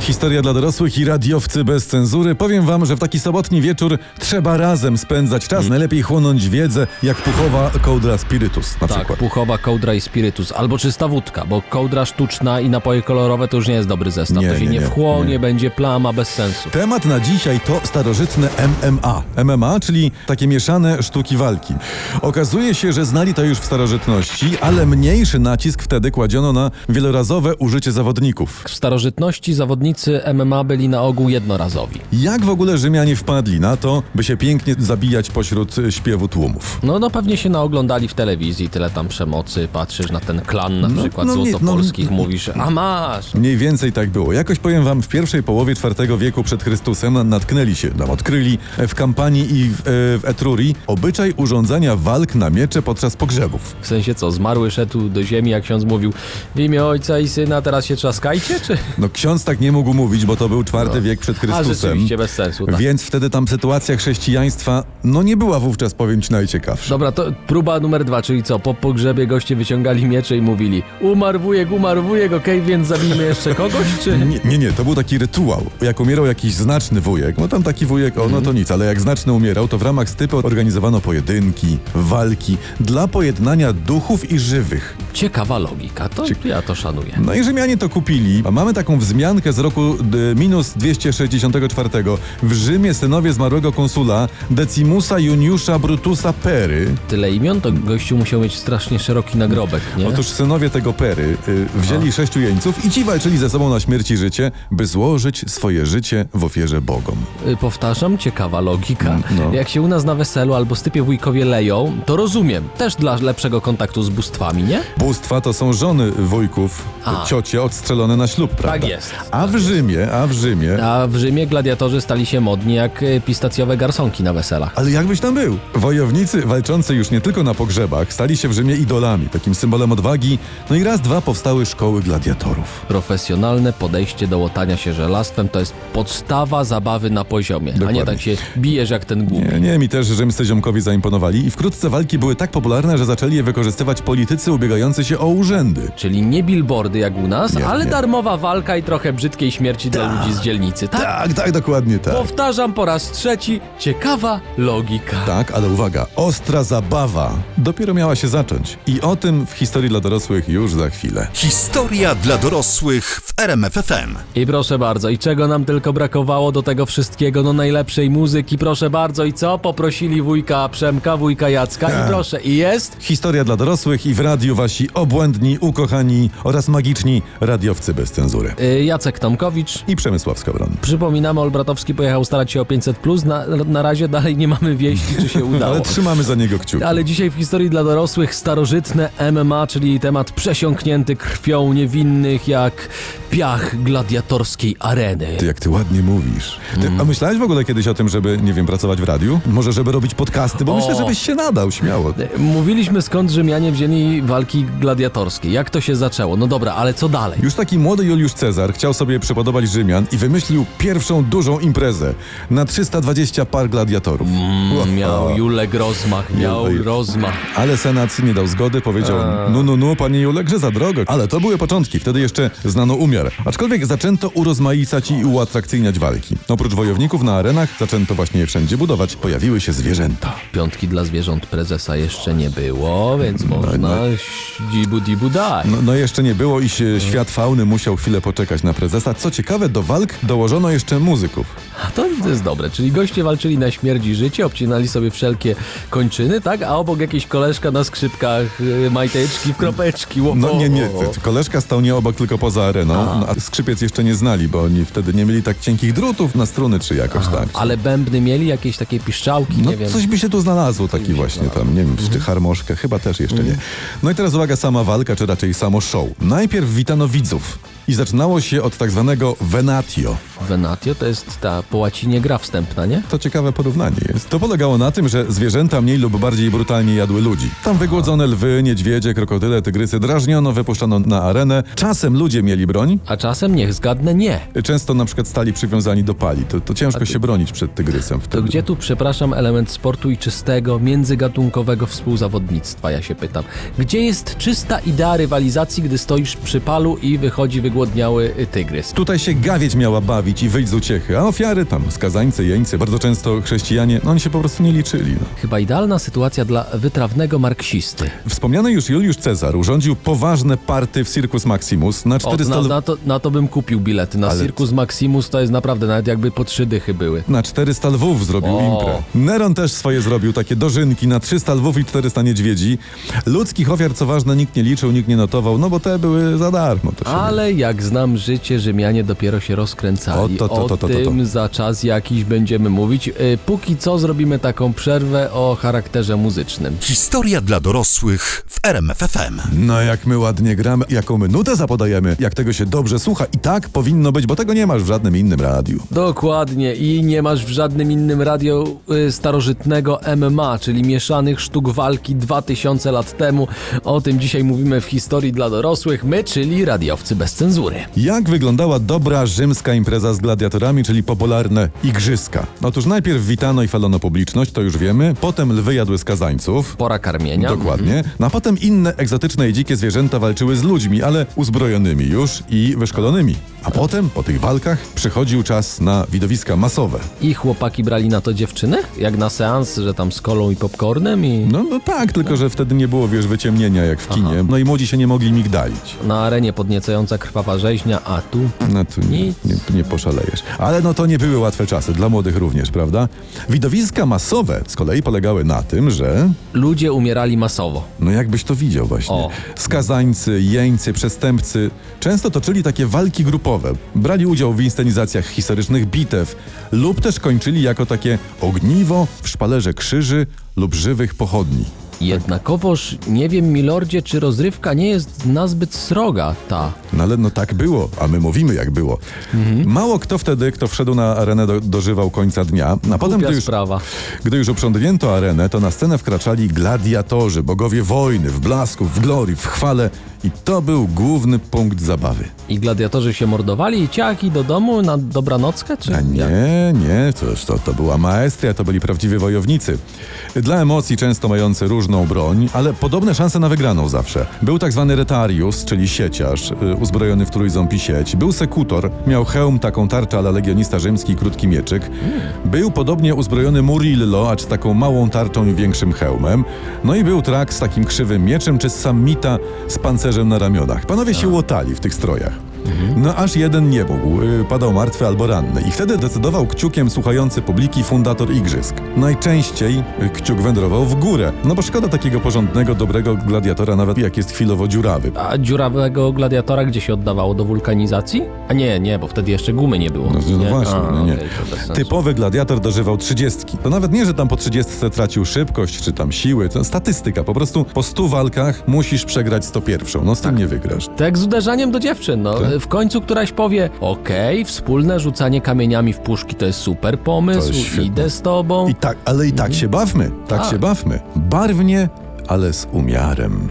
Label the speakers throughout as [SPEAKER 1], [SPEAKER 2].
[SPEAKER 1] Historia dla dorosłych i radiowcy bez cenzury. Powiem wam, że w taki sobotni wieczór trzeba razem spędzać czas, najlepiej chłonąć wiedzę, jak puchowa kołdra spirytus na
[SPEAKER 2] Tak,
[SPEAKER 1] przykład.
[SPEAKER 2] puchowa, kołdra i spirytus. Albo czysta wódka, bo kołdra sztuczna i napoje kolorowe to już nie jest dobry zestaw.
[SPEAKER 1] Nie,
[SPEAKER 2] to się
[SPEAKER 1] nie,
[SPEAKER 2] nie,
[SPEAKER 1] nie,
[SPEAKER 2] wchłonie,
[SPEAKER 1] nie.
[SPEAKER 2] będzie plama bez sensu.
[SPEAKER 1] Temat na dzisiaj to starożytne MMA. MMA, czyli takie mieszane sztuki walki. Okazuje się, że znali to już w starożytności, ale mniejszy nacisk wtedy kładziono na wielorazowe użycie zawodników.
[SPEAKER 2] W starożytności zawodnicy MMA byli na ogół jednorazowi.
[SPEAKER 1] Jak w ogóle Rzymianie wpadli na to, by się pięknie zabijać pośród e, śpiewu tłumów?
[SPEAKER 2] No, no pewnie się naoglądali w telewizji, tyle tam przemocy, patrzysz na ten klan na
[SPEAKER 1] No,
[SPEAKER 2] przykład
[SPEAKER 1] no nie,
[SPEAKER 2] złotopolskich,
[SPEAKER 1] no-
[SPEAKER 2] mówisz, a masz!
[SPEAKER 1] Mniej więcej tak było. Jakoś powiem wam, w pierwszej połowie IV wieku przed Chrystusem natknęli się, tam odkryli e, w Kampanii i w, e, w Etrurii obyczaj urządzania walk na miecze podczas pogrzebów.
[SPEAKER 2] W sensie co, zmarły szedł do ziemi, jak ksiądz mówił, w imię ojca i syna, teraz się trzaskajcie, czy?
[SPEAKER 1] No ksiądz tak nie mógł mówić, bo to był IV wiek przed
[SPEAKER 2] No. A
[SPEAKER 1] Chrystusem.
[SPEAKER 2] rzeczywiście, bez sensu, tak.
[SPEAKER 1] Więc wtedy tam sytuacja chrześcijaństwa, no nie była wówczas, powiem ci, najciekawsza.
[SPEAKER 2] Dobra, to próba numer dwa, czyli co? Po pogrzebie goście wyciągali miecze i mówili Umarł wujek, umarł wujek, okej, więc zabijmy jeszcze kogoś, czy...
[SPEAKER 1] Nie, nie, nie, to był taki rytuał. Jak umierał jakiś znaczny wujek, no tam taki wujek, o no
[SPEAKER 2] Mhm.
[SPEAKER 1] to nic, ale jak znaczny umierał, to w ramach stypy organizowano pojedynki, walki dla pojednania duchów i żywych.
[SPEAKER 2] Ciekawa logika, to ja to szanuję.
[SPEAKER 1] No i Rzymianie to kupili. A mamy taką wzmiankę z roku d- minus 264. W Rzymie synowie zmarłego konsula Decimusa Juniusza Brutusa Pery.
[SPEAKER 2] Tyle imion, to gościu musiał mieć strasznie szeroki nagrobek, nie?
[SPEAKER 1] Otóż synowie tego Pery y, wzięli sześciu jeńców i ci walczyli ze sobą na śmierć i życie, by złożyć swoje życie w ofierze bogom.
[SPEAKER 2] Y, Powtarzam, ciekawa logika.
[SPEAKER 1] no.
[SPEAKER 2] Jak się u nas na weselu albo stypie wujkowie leją, to rozumiem. Też dla lepszego kontaktu z bóstwami, nie?
[SPEAKER 1] Bóstwa to są żony wujków,
[SPEAKER 2] A. Tak
[SPEAKER 1] ciocie odstrzelone na ślub, prawda?
[SPEAKER 2] jest. Tak.
[SPEAKER 1] A w Rzymie, a w Rzymie...
[SPEAKER 2] A w Rzymie gladiatorzy stali się modni jak y, pistacjowe garsonki na weselach.
[SPEAKER 1] Ale jakbyś tam był? Wojownicy walczący już nie tylko na pogrzebach stali się w Rzymie idolami, takim symbolem odwagi. No i raz, dwa powstały szkoły gladiatorów.
[SPEAKER 2] Profesjonalne podejście do łatania się żelastwem to jest podstawa zabawy na poziomie, a
[SPEAKER 1] Dokładnie.
[SPEAKER 2] nie tak się bijesz jak ten głupi.
[SPEAKER 1] Nie, nie, mi też rzymscy ziomkowi zaimponowali i wkrótce walki były tak popularne, że zaczęli je wykorzystywać politycy ubiegający się o urzędy.
[SPEAKER 2] Czyli nie billboardy jak u nas,
[SPEAKER 1] Nie,
[SPEAKER 2] ale
[SPEAKER 1] nie.
[SPEAKER 2] darmowa walka i trochę brzydkiej śmierci dla ludzi z dzielnicy, tak?
[SPEAKER 1] Tak, tak, dokładnie tak.
[SPEAKER 2] Powtarzam po raz trzeci, ciekawa logika.
[SPEAKER 1] Tak, ale uwaga, ostra zabawa dopiero miała się zacząć. I o tym w historii dla dorosłych już za chwilę.
[SPEAKER 3] Historia dla dorosłych w RMFFM.
[SPEAKER 2] I proszę bardzo, i czego nam tylko brakowało do tego wszystkiego, no najlepszej muzyki, proszę bardzo, i co? Poprosili wujka Przemka, wujka Jacka
[SPEAKER 1] Tak.
[SPEAKER 2] i proszę, i jest?
[SPEAKER 1] Historia dla dorosłych i w radiu wasi obłędni, ukochani oraz magiczni radiowcy bez cenzury.
[SPEAKER 2] Y, Jacek Tomkowicz.
[SPEAKER 1] I Przemysław Skowron.
[SPEAKER 2] Przypominamy, Olbratowski pojechał starać się o 500+, plus. na, na razie dalej nie mamy wieści, czy się udało.
[SPEAKER 1] Ale trzymamy za niego kciuki.
[SPEAKER 2] No. Ale dzisiaj w historii dla dorosłych starożytne MMA, czyli temat przesiąknięty krwią niewinnych jak piach gladiatorskiej areny.
[SPEAKER 1] Ty, jak ty ładnie mówisz. Ty,
[SPEAKER 2] Mm.
[SPEAKER 1] A myślałeś w ogóle kiedyś o tym, żeby, nie wiem, pracować w radiu? Może, żeby robić podcasty? Bo
[SPEAKER 2] O!
[SPEAKER 1] myślę, żebyś się nadał, śmiało.
[SPEAKER 2] Mówiliśmy skąd Rzymianie wzięli walki gladiatorskie. Jak to się zaczęło? No dobra, ale co dalej?
[SPEAKER 1] Już taki młody Juliusz Cezar chciał sobie przypodobać Rzymian i wymyślił pierwszą dużą imprezę na 320 par gladiatorów. Ło-
[SPEAKER 2] Mm, Miał
[SPEAKER 1] o.
[SPEAKER 2] Julek rozmach, miał
[SPEAKER 1] Julek.
[SPEAKER 2] rozmach.
[SPEAKER 1] Ale Senat nie dał zgody, powiedział
[SPEAKER 2] Eee.
[SPEAKER 1] no, no, no, panie Julek, że za drogo. Ale to były początki, wtedy jeszcze znano umiar. Aczkolwiek zaczęto urozmaicać i uatrakcyjniać walki. Oprócz wojowników na arenach zaczęto właśnie je wszędzie budować. Pojawiły się zwierzęta.
[SPEAKER 2] Piątki dla zwierząt prezesa jeszcze nie było,
[SPEAKER 1] Tak,
[SPEAKER 2] więc można dibu dibu daj.
[SPEAKER 1] No, no jeszcze nie było i się świat fauny musiał chwilę poczekać na prezesa. Co ciekawe, do walk dołożono jeszcze muzyków.
[SPEAKER 2] A to jest dobre, czyli goście walczyli na śmierć i życie, obcinali sobie wszelkie kończyny, tak? A obok jakieś koleżka na skrzypkach, y, majteczki w kropeczki. Ło,
[SPEAKER 1] No
[SPEAKER 2] o,
[SPEAKER 1] nie, nie,
[SPEAKER 2] o, o.
[SPEAKER 1] ty- ty koleżka stał nie obok, tylko poza areną, no, a skrzypiec jeszcze nie znali, bo oni wtedy nie mieli tak cienkich drutów na struny czy jakoś tak.
[SPEAKER 2] Ale bębny mieli jakieś takie piszczałki,
[SPEAKER 1] No
[SPEAKER 2] nie wiem. Mhm.
[SPEAKER 1] coś by się tu znalazło taki właśnie tam, nie wiem, czy harmoszkę, chyba też jeszcze nie. No i teraz uwaga, sama walka, czy raczej samo show. Najpierw witano widzów i zaczynało się od tak zwanego venatio.
[SPEAKER 2] Venatio to jest ta po łacinie gra wstępna, nie?
[SPEAKER 1] To ciekawe porównanie jest. To polegało na tym, że zwierzęta mniej lub bardziej brutalnie jadły ludzi. Tam wygłodzone lwy, niedźwiedzie, krokodyle, tygrysy drażniono, wypuszczano na arenę. Czasem ludzie mieli broń,
[SPEAKER 2] A czasem niech zgadnę, nie.
[SPEAKER 1] często na przykład stali przywiązani do pali. To, to ciężko się bronić przed tygrysem
[SPEAKER 2] To
[SPEAKER 1] wtedy.
[SPEAKER 2] gdzie tu, przepraszam, element sportu i czystego, międzygatunkowego współzawodnictwa, ja się pytam. Gdzie jest czysta idea rywalizacji, gdy stoisz przy palu i wychodzi wygłodniały y, tygrys.
[SPEAKER 1] Tutaj się gawieć miała bawić i wyjść z uciechy, a ofiary tam, skazańcy, jeńcy, bardzo często chrześcijanie, no oni się po prostu nie liczyli. No.
[SPEAKER 2] Chyba idealna sytuacja dla wytrawnego marksisty.
[SPEAKER 1] Wspomniany już Juliusz Cezar urządził poważne party w Circus Maximus na
[SPEAKER 2] O,
[SPEAKER 1] 400...
[SPEAKER 2] na, na, to, na to bym kupił bilety. Na
[SPEAKER 1] Ale-
[SPEAKER 2] Circus Maximus to jest naprawdę, nawet jakby po trzy dychy były.
[SPEAKER 1] Na 400 lwów zrobił
[SPEAKER 2] O.
[SPEAKER 1] imprę. Neron też swoje zrobił, takie dożynki na 300 lwów i 400 niedźwiedzi. Ludzkich ofiar, co ważne, nikt nie liczył, nikt nie notował, no bo te były za darmo. To się
[SPEAKER 2] Ale jak znam życie, Rzymianie dopiero się rozkręcali.
[SPEAKER 1] O, to, to, to, to, to, to.
[SPEAKER 2] tym za czas jakiś będziemy mówić. Y, Póki co zrobimy taką przerwę o charakterze muzycznym.
[SPEAKER 3] Historia dla dorosłych w RMFFM.
[SPEAKER 1] No jak my ładnie gramy, jaką my nutę zapodajemy, jak tego się dobrze słucha i tak powinno być, bo tego nie masz w żadnym innym radiu.
[SPEAKER 2] Dokładnie i nie masz w żadnym innym radio y, starożytnego MMA, czyli mieszanych sztuk walki 2000 lat temu. O tym dzisiaj mówimy w historii dla dorosłych, my, czyli radiowcy bez cenzury.
[SPEAKER 1] Jak wyglądała dobra rzymska impreza z gladiatorami, czyli popularne igrzyska? Otóż najpierw witano i falono publiczność, to już wiemy, potem lwy jadły skazańców.
[SPEAKER 2] Pora karmienia.
[SPEAKER 1] Dokładnie. No, A potem inne egzotyczne i dzikie zwierzęta walczyły z ludźmi, ale uzbrojonymi już i wyszkolonymi. A potem, po tych walkach, przychodził czas na widowiska masowe.
[SPEAKER 2] I chłopaki brali na to dziewczyny? Jak na seans, że tam z kolą i popcornem i...
[SPEAKER 1] No, no tak, tylko że wtedy nie było, wiesz, wyciemnienia jak w kinie. No i młodzi się nie mogli migdalić.
[SPEAKER 2] Na arenie podniecająca krwawa rzeźnia, a tu...
[SPEAKER 1] No tu nie,
[SPEAKER 2] Nic.
[SPEAKER 1] nie, nie poszalejesz. Ale no to nie były łatwe czasy, dla młodych również, prawda? Widowiska masowe z kolei polegały na tym, że...
[SPEAKER 2] Ludzie umierali masowo.
[SPEAKER 1] No jakbyś to widział właśnie.
[SPEAKER 2] O.
[SPEAKER 1] Skazańcy, jeńcy, przestępcy często toczyli takie walki grupowe. Brali udział w inscenizacjach historycznych bitew lub też kończyli jako takie ogniwo w szpalerze krzyży lub żywych pochodni.
[SPEAKER 2] Jednakowoż, nie wiem, milordzie, czy rozrywka nie jest nazbyt sroga ta.
[SPEAKER 1] No ale no tak było, a my mówimy jak było.
[SPEAKER 2] Mhm.
[SPEAKER 1] Mało kto wtedy, kto wszedł na arenę, do, dożywał końca dnia, a potem
[SPEAKER 2] Głupia
[SPEAKER 1] gdy już,
[SPEAKER 2] sprawa.
[SPEAKER 1] gdy już uprzątnięto arenę, to na scenę wkraczali gladiatorzy, bogowie wojny, w blasku, w glorii, w chwale i to był główny punkt zabawy.
[SPEAKER 2] I gladiatorzy się mordowali i ciach i do domu na dobranockę, czy...
[SPEAKER 1] A
[SPEAKER 2] jak?
[SPEAKER 1] nie, nie, to, to, to była maestria, to byli prawdziwi wojownicy. Dla emocji często mający różną broń, ale podobne szanse na wygraną zawsze. Był tak zwany retarius, czyli sieciarz, y, uzbrojony w trójząb i sieć. Był sekutor, miał hełm, taką tarczę, ale legionista rzymski, krótki mieczyk. Był podobnie uzbrojony murillo, acz taką małą tarczą i większym hełmem. No i był trak z takim krzywym mieczem, czy samita z pancerzem na ramionach. Panowie się łotali w tych strojach. No aż jeden nie mógł, y, padał martwy albo ranny i wtedy decydował kciukiem słuchający publiki fundator igrzysk. Najczęściej y, kciuk wędrował w górę, no bo szkoda takiego porządnego, dobrego gladiatora, nawet jak jest chwilowo dziurawy.
[SPEAKER 2] A dziurawego gladiatora gdzie się oddawało? Do wulkanizacji? A nie, nie, bo wtedy jeszcze gumy nie było.
[SPEAKER 1] No, no
[SPEAKER 2] nie?
[SPEAKER 1] właśnie,
[SPEAKER 2] A,
[SPEAKER 1] no nie.
[SPEAKER 2] okej, to bez sensu.
[SPEAKER 1] Typowy gladiator dożywał trzydziestki. To nawet nie, że tam po trzydziestce tracił szybkość, czy tam siły, to statystyka, po prostu po stu walkach musisz przegrać 101, no z tym nie wygrasz.
[SPEAKER 2] Tak z uderzaniem do dziewczyn, no.
[SPEAKER 1] Tak.
[SPEAKER 2] W końcu któraś powie, okej, wspólne rzucanie kamieniami w puszki to jest super pomysł,
[SPEAKER 1] To jest świetne.
[SPEAKER 2] idę z tobą.
[SPEAKER 1] I tak, ale i tak się bawmy, tak,
[SPEAKER 2] Tak.
[SPEAKER 1] się bawmy. Barwnie, ale z umiarem.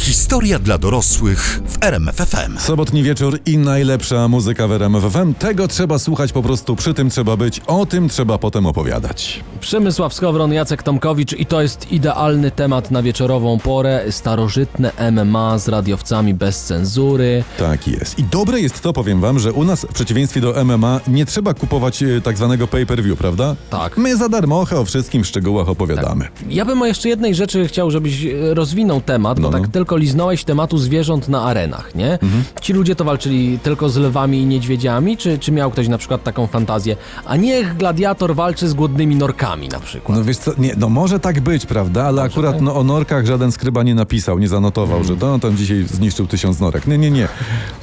[SPEAKER 3] Historia dla dorosłych w RMFFM.
[SPEAKER 1] Sobotni wieczór i najlepsza muzyka w RMFFM. Tego trzeba słuchać po prostu, przy tym trzeba być, o tym trzeba potem opowiadać.
[SPEAKER 2] Przemysław Skowron, Jacek Tomkowicz i to jest idealny temat na wieczorową porę. Starożytne MMA z radiowcami bez cenzury.
[SPEAKER 1] Tak jest. I dobre jest to, powiem wam, że u nas w przeciwieństwie do MMA nie trzeba kupować e, tak zwanego pay-per-view, prawda?
[SPEAKER 2] Tak.
[SPEAKER 1] My za darmo ochę o wszystkim w szczegółach opowiadamy.
[SPEAKER 2] Ja bym o jeszcze jednej rzeczy chciał, żebyś e, rozwinął temat, bo
[SPEAKER 1] No, Mhm. no.
[SPEAKER 2] tak tylko liznąłeś tematu zwierząt na arenach, nie? Ci ludzie to walczyli tylko z lwami i niedźwiedziami, czy, czy miał ktoś na przykład taką fantazję, a niech gladiator walczy z głodnymi norkami na przykład?
[SPEAKER 1] No wiesz co, nie, no może tak być, prawda? Ale akurat no, o norkach żaden skryba nie napisał, nie zanotował, że to on tam dzisiaj zniszczył tysiąc norek. Nie, nie, nie.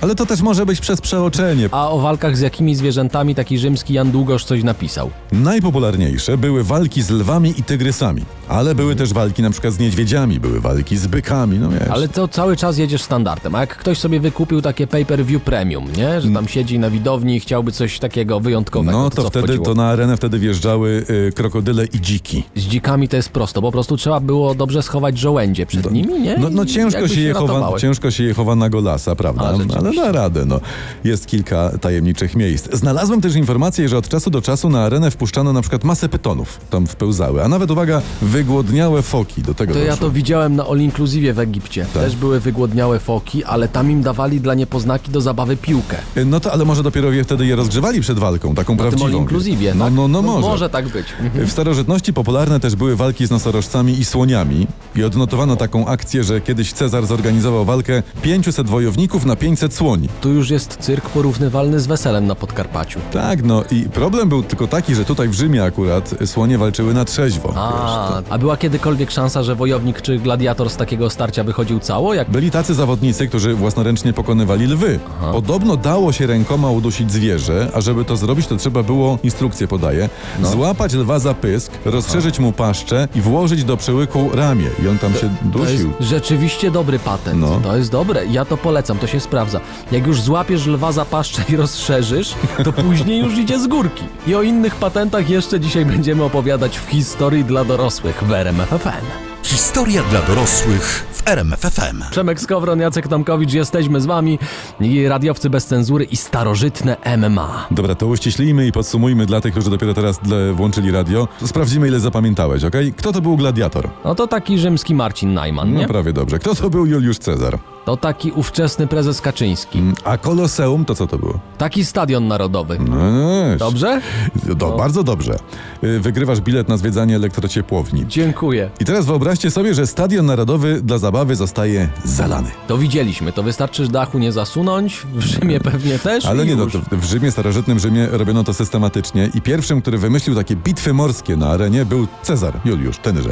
[SPEAKER 1] Ale to też może być przez przeoczenie.
[SPEAKER 2] A o walkach z jakimi zwierzętami taki rzymski Jan Długosz coś napisał.
[SPEAKER 1] Najpopularniejsze były walki z lwami i tygrysami, ale były też walki na przykład z niedźwiedziami, były walki z bykami, no wiesz.
[SPEAKER 2] Ale to cały czas jedziesz standardem. A jak ktoś sobie wykupił takie pay-per-view premium, nie? Że tam siedzi na widowni i chciałby coś takiego wyjątkowego.
[SPEAKER 1] No
[SPEAKER 2] tak, co
[SPEAKER 1] to wtedy,
[SPEAKER 2] wchodziło?
[SPEAKER 1] to na arenę wtedy wjeżdżały y, krokodyle i dziki.
[SPEAKER 2] Z dzikami to jest prosto, po prostu trzeba było dobrze schować żołędzie przed nimi, nie?
[SPEAKER 1] No, no
[SPEAKER 2] I
[SPEAKER 1] ciężko,
[SPEAKER 2] jakby
[SPEAKER 1] się je chowa,
[SPEAKER 2] ratowały.
[SPEAKER 1] ciężko się je chowa na golasa, prawda?
[SPEAKER 2] A, rzeczywiście.
[SPEAKER 1] Ale da radę, no. Jest kilka tajemniczych miejsc. Znalazłem też informację, że od czasu do czasu na arenę wpuszczano na przykład masę pytonów. Tam wpełzały. A nawet, uwaga, wygłodniałe foki. Do tego
[SPEAKER 2] To ja
[SPEAKER 1] doszło.
[SPEAKER 2] to widziałem na All Inclusive w Egipcie.
[SPEAKER 1] Tak.
[SPEAKER 2] Też były wygłodniałe foki, ale tam im dawali dla niepoznaki do zabawy piłkę.
[SPEAKER 1] Y, No to, ale może dopiero je wtedy je rozgrzewali przed walką, taką
[SPEAKER 2] W tym
[SPEAKER 1] prawdziwą.
[SPEAKER 2] All Inclusive,
[SPEAKER 1] no,
[SPEAKER 2] tak?
[SPEAKER 1] no, no, może.
[SPEAKER 2] Może tak być. Mhm.
[SPEAKER 1] W starożytności popularne też były walki z nosorożcami i słoniami i odnotowano taką akcję, że kiedyś Cezar zorganizował walkę 500 wojowników na 500 słoni.
[SPEAKER 2] Tu już jest cyrk porównywalny z weselem na Podkarpaciu.
[SPEAKER 1] Tak, no i problem był tylko taki, że tutaj w Rzymie akurat słonie walczyły na trzeźwo. wiesz,
[SPEAKER 2] A,
[SPEAKER 1] to-
[SPEAKER 2] a była kiedykolwiek szansa, że wojownik czy gladiator z takiego starcia wychodził cało? Jak
[SPEAKER 1] Byli tacy zawodnicy, którzy własnoręcznie pokonywali lwy. Podobno dało się rękoma udusić zwierzę, a żeby to zrobić, to trzeba było, instrukcję podaję,
[SPEAKER 2] No.
[SPEAKER 1] złapać lwa za pysk, rozszerzyć mu paszczę i włożyć do przełyku ramię. I on tam się
[SPEAKER 2] to jest
[SPEAKER 1] dusił.
[SPEAKER 2] rzeczywiście dobry patent.
[SPEAKER 1] No.
[SPEAKER 2] To jest dobre. Ja to polecam, to się sprawdza. Jak już złapiesz lwa za paszczę i rozszerzysz, to później już idzie z górki. I o innych patentach jeszcze dzisiaj będziemy opowiadać w historii dla dorosłych w RMFFM.
[SPEAKER 3] Historia dla dorosłych w RMFFM.
[SPEAKER 2] Przemek Skowron, Jacek Tomkowicz, jesteśmy z wami. I radiowcy bez cenzury i starożytne MMA.
[SPEAKER 1] Dobra, to uściślijmy i podsumujmy dla tych, którzy dopiero teraz dle- włączyli radio. Sprawdzimy, ile zapamiętałeś, okej? Kto to był gladiator?
[SPEAKER 2] No to taki rzymski Marcin Najman,
[SPEAKER 1] No
[SPEAKER 2] nie?
[SPEAKER 1] prawie dobrze. Kto to był Juliusz Cezar?
[SPEAKER 2] To taki ówczesny prezes Kaczyński.
[SPEAKER 1] Mm, A Koloseum to co to było?
[SPEAKER 2] Taki stadion narodowy.
[SPEAKER 1] Eee,
[SPEAKER 2] Dobrze?
[SPEAKER 1] Do, Bardzo dobrze. Y, Wygrywasz bilet na zwiedzanie elektrociepłowni.
[SPEAKER 2] Dziękuję.
[SPEAKER 1] I teraz wyobraźcie sobie, że Stadion Narodowy dla zabawy zostaje zalany.
[SPEAKER 2] To widzieliśmy, to wystarczy dachu nie zasunąć, w Rzymie pewnie też.
[SPEAKER 1] Ale
[SPEAKER 2] i
[SPEAKER 1] nie, no,
[SPEAKER 2] już.
[SPEAKER 1] to w Rzymie, starożytnym Rzymie robiono to systematycznie i pierwszym, który wymyślił takie bitwy morskie na arenie był Cezar Juliusz, tenże.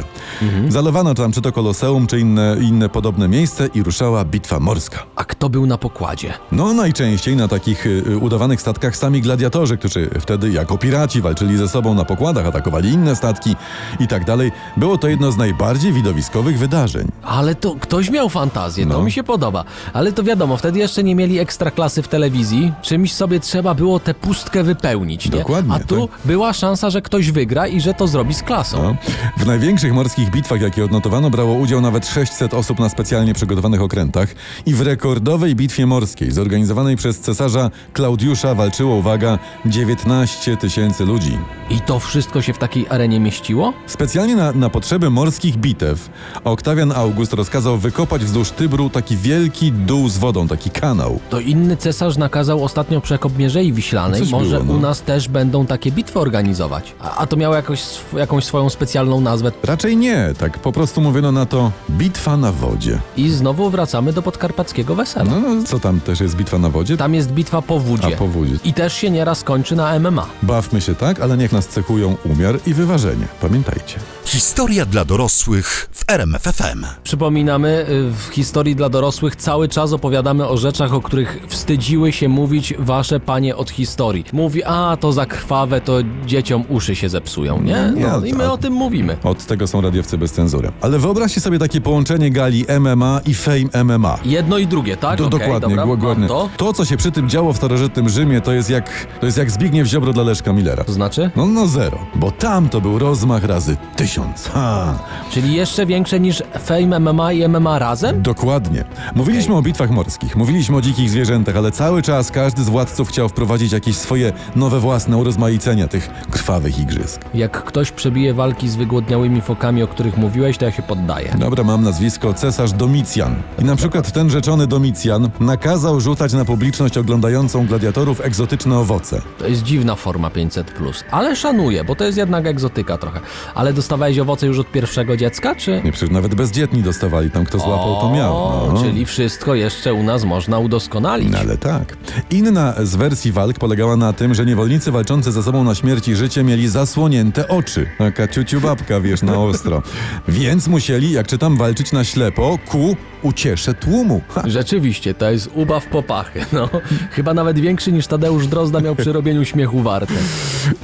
[SPEAKER 1] Zalowano tam czy to Koloseum, czy inne, inne podobne miejsce i ruszała bitwa morska.
[SPEAKER 2] A kto był na pokładzie?
[SPEAKER 1] No najczęściej na takich y, y, udawanych statkach sami gladiatorzy, którzy wtedy jako piraci walczyli ze sobą na pokładach, atakowali inne statki i tak dalej. Było to jedno z najbardziej widowiskowych wydarzeń.
[SPEAKER 2] Ale to ktoś miał fantazję, to
[SPEAKER 1] No.
[SPEAKER 2] mi się podoba. Ale to wiadomo, wtedy jeszcze nie mieli ekstraklasy w telewizji, czymś sobie trzeba było tę pustkę wypełnić, nie?
[SPEAKER 1] Dokładnie, tak.
[SPEAKER 2] A tu była szansa, że ktoś wygra i że to zrobi z klasą.
[SPEAKER 1] No. W największych morskich bitwach, jakie odnotowano, brało udział nawet 600 osób na specjalnie przygotowanych okrętach i w rekordowej bitwie morskiej zorganizowanej przez cesarza Klaudiusza walczyło, uwaga, 19 tysięcy ludzi.
[SPEAKER 2] I to wszystko się w takiej arenie mieściło?
[SPEAKER 1] Specjalnie na, na potrzeby morskich bitew Oktawian August rozkazał wykopać wzdłuż Tybru taki wielki dół z wodą, taki kanał.
[SPEAKER 2] To inny cesarz nakazał ostatnio przekop Mierzei Wiślanej.
[SPEAKER 1] Coś
[SPEAKER 2] Może
[SPEAKER 1] było, no.
[SPEAKER 2] u nas też będą takie bitwy organizować. A, a to miało jakoś, sw- jakąś swoją specjalną nazwę.
[SPEAKER 1] Raczej nie, tak po prostu mówiono na to bitwa na wodzie.
[SPEAKER 2] I znowu wracamy do podkarpackiego wesela.
[SPEAKER 1] No, no co tam też jest bitwa na wodzie?
[SPEAKER 2] Tam jest bitwa po
[SPEAKER 1] A
[SPEAKER 2] wódzie.
[SPEAKER 1] po wodzie.
[SPEAKER 2] I też się nieraz kończy na MMA.
[SPEAKER 1] Bawmy się tak, ale niech nas cechują umiar i wyważenie. Pamiętajcie.
[SPEAKER 3] Historia dla dorosłych w RMFFM.
[SPEAKER 2] Przypominamy, y, w historii dla dorosłych cały czas opowiadamy o rzeczach, o których wstydziły się mówić wasze panie od historii. Mówi, a to za krwawe, to dzieciom uszy się zepsują, nie?
[SPEAKER 1] Nie,
[SPEAKER 2] No, I my
[SPEAKER 1] a-
[SPEAKER 2] o tym mówimy.
[SPEAKER 1] Od tego są radiowcy bez cenzury. Ale wyobraźcie sobie takie połączenie gali MMA i Fame MMA.
[SPEAKER 2] Jedno i drugie, tak?
[SPEAKER 1] To
[SPEAKER 2] Okej,
[SPEAKER 1] dokładnie,
[SPEAKER 2] dobra, mam
[SPEAKER 1] dokładnie.
[SPEAKER 2] To?
[SPEAKER 1] to, co się przy tym działo w starożytnym Rzymie, to jest jak, to jest jak Zbigniew Ziobro dla Leszka Millera.
[SPEAKER 2] to znaczy?
[SPEAKER 1] No, no zero, bo tam to był rozmach razy tysiąc. Ha,
[SPEAKER 2] Czyli jeszcze większe niż Fame MMA i MMA razem?
[SPEAKER 1] dokładnie. Mówiliśmy o bitwach morskich, mówiliśmy o dzikich zwierzętach, ale cały czas każdy z władców chciał wprowadzić jakieś swoje nowe własne urozmaicenia tych krwawych igrzysk.
[SPEAKER 2] Jak ktoś przebije walki z wygłodniałymi fokami, o których mówiłeś, to ja się poddaję.
[SPEAKER 1] Dobra, mam nazwisko cesarz Domicjan. I na przykład ten rzeczony Domicjan nakazał rzucać na publiczność oglądającą gladiatorów egzotyczne owoce.
[SPEAKER 2] To jest dziwna forma 500, ale szanuję, bo to jest jednak egzotyka trochę. Ale dostawałeś owoce już od pierwszego dziecka, czy?
[SPEAKER 1] Nie, przecież nawet bezdzietni dostawali tam, kto złapał, to miał.
[SPEAKER 2] O,
[SPEAKER 1] No.
[SPEAKER 2] Czyli wszystko jeszcze u nas można udoskonalić.
[SPEAKER 1] No, ale tak. Inna z wersji walk polegała na tym, że niewolnicy walczący ze sobą na śmierć i życie mieli zasłonięte oczy. Taka ciuciu babka, wiesz, na ostro. Więc musieli, jak czytam, walczyć na ślepo ku uciesze tłumu. Ha,
[SPEAKER 2] Rzeczywiście, to jest ubaw popachy, no. Chyba nawet większy niż Tadeusz Drozda miał przy robieniu śmiechu warte.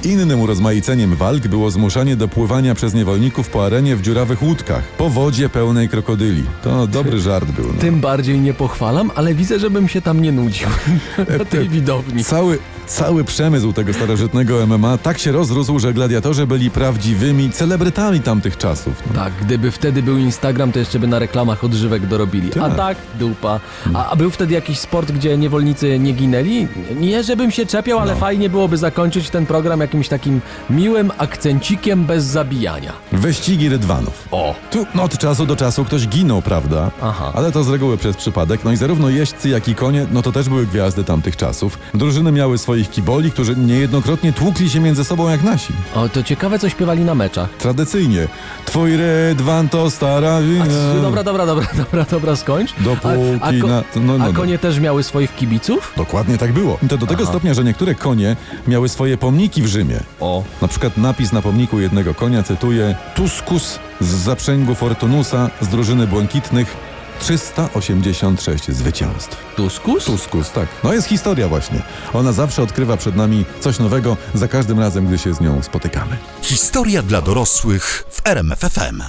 [SPEAKER 1] Innym urozmaiceniem walk było zmuszanie do pływania przez niewolników po arenie w dziurawych łódkach, po wodzie pełnej krokodyli. To dobry żart był. No. E,
[SPEAKER 2] Tym bardziej nie pochwalam, ale widzę, żebym się tam nie nudził. Na tej widowni.
[SPEAKER 1] Cały, Cały przemysł tego starożytnego MMA tak się rozrósł, że gladiatorzy byli prawdziwymi celebrytami tamtych czasów. No.
[SPEAKER 2] Tak, gdyby wtedy był Instagram, to jeszcze by na reklamach odżywek dorobili. A
[SPEAKER 1] Tak. Hmm.
[SPEAKER 2] tak, dupa. A, a był wtedy jakiś sport, gdzie niewolnicy nie ginęli? Nie, żebym się czepiał,
[SPEAKER 1] No.
[SPEAKER 2] ale fajnie byłoby zakończyć ten program jakimś takim miłym akcencikiem bez zabijania.
[SPEAKER 1] Wyścigi rydwanów.
[SPEAKER 2] O!
[SPEAKER 1] Tu no, od czasu do czasu ktoś ginął, prawda?
[SPEAKER 2] Aha.
[SPEAKER 1] Ale to z reguły przez przypadek. No i zarówno jeźdźcy, jak i konie, no to też były gwiazdy tamtych czasów. Drużyny miały swoich kiboli, którzy niejednokrotnie tłukli się między sobą jak nasi.
[SPEAKER 2] O, to ciekawe, co śpiewali na meczach.
[SPEAKER 1] Tradycyjnie. Twój rydwan to stara
[SPEAKER 2] A,
[SPEAKER 1] wina.
[SPEAKER 2] c- dobra, dobra, dobra, dobra, dobra, skończ.
[SPEAKER 1] Dopóki
[SPEAKER 2] a, a, ko-
[SPEAKER 1] Eee. na- no, no,
[SPEAKER 2] a
[SPEAKER 1] no.
[SPEAKER 2] konie też miały swoich kibiców?
[SPEAKER 1] Dokładnie tak było. I to do tego stopnia, że niektóre konie miały swoje pomniki w Rzymie.
[SPEAKER 2] O.
[SPEAKER 1] Na przykład napis na pomniku jednego konia cytuje Tuskus z zaprzęgu Fortunusa z drużyny błękitnych 386 zwycięstw.
[SPEAKER 2] Tuskus?
[SPEAKER 1] Tuskus, tak. No jest historia właśnie. Ona zawsze odkrywa przed nami coś nowego za każdym razem, gdy się z nią spotykamy.
[SPEAKER 3] Historia dla dorosłych w RMFFM.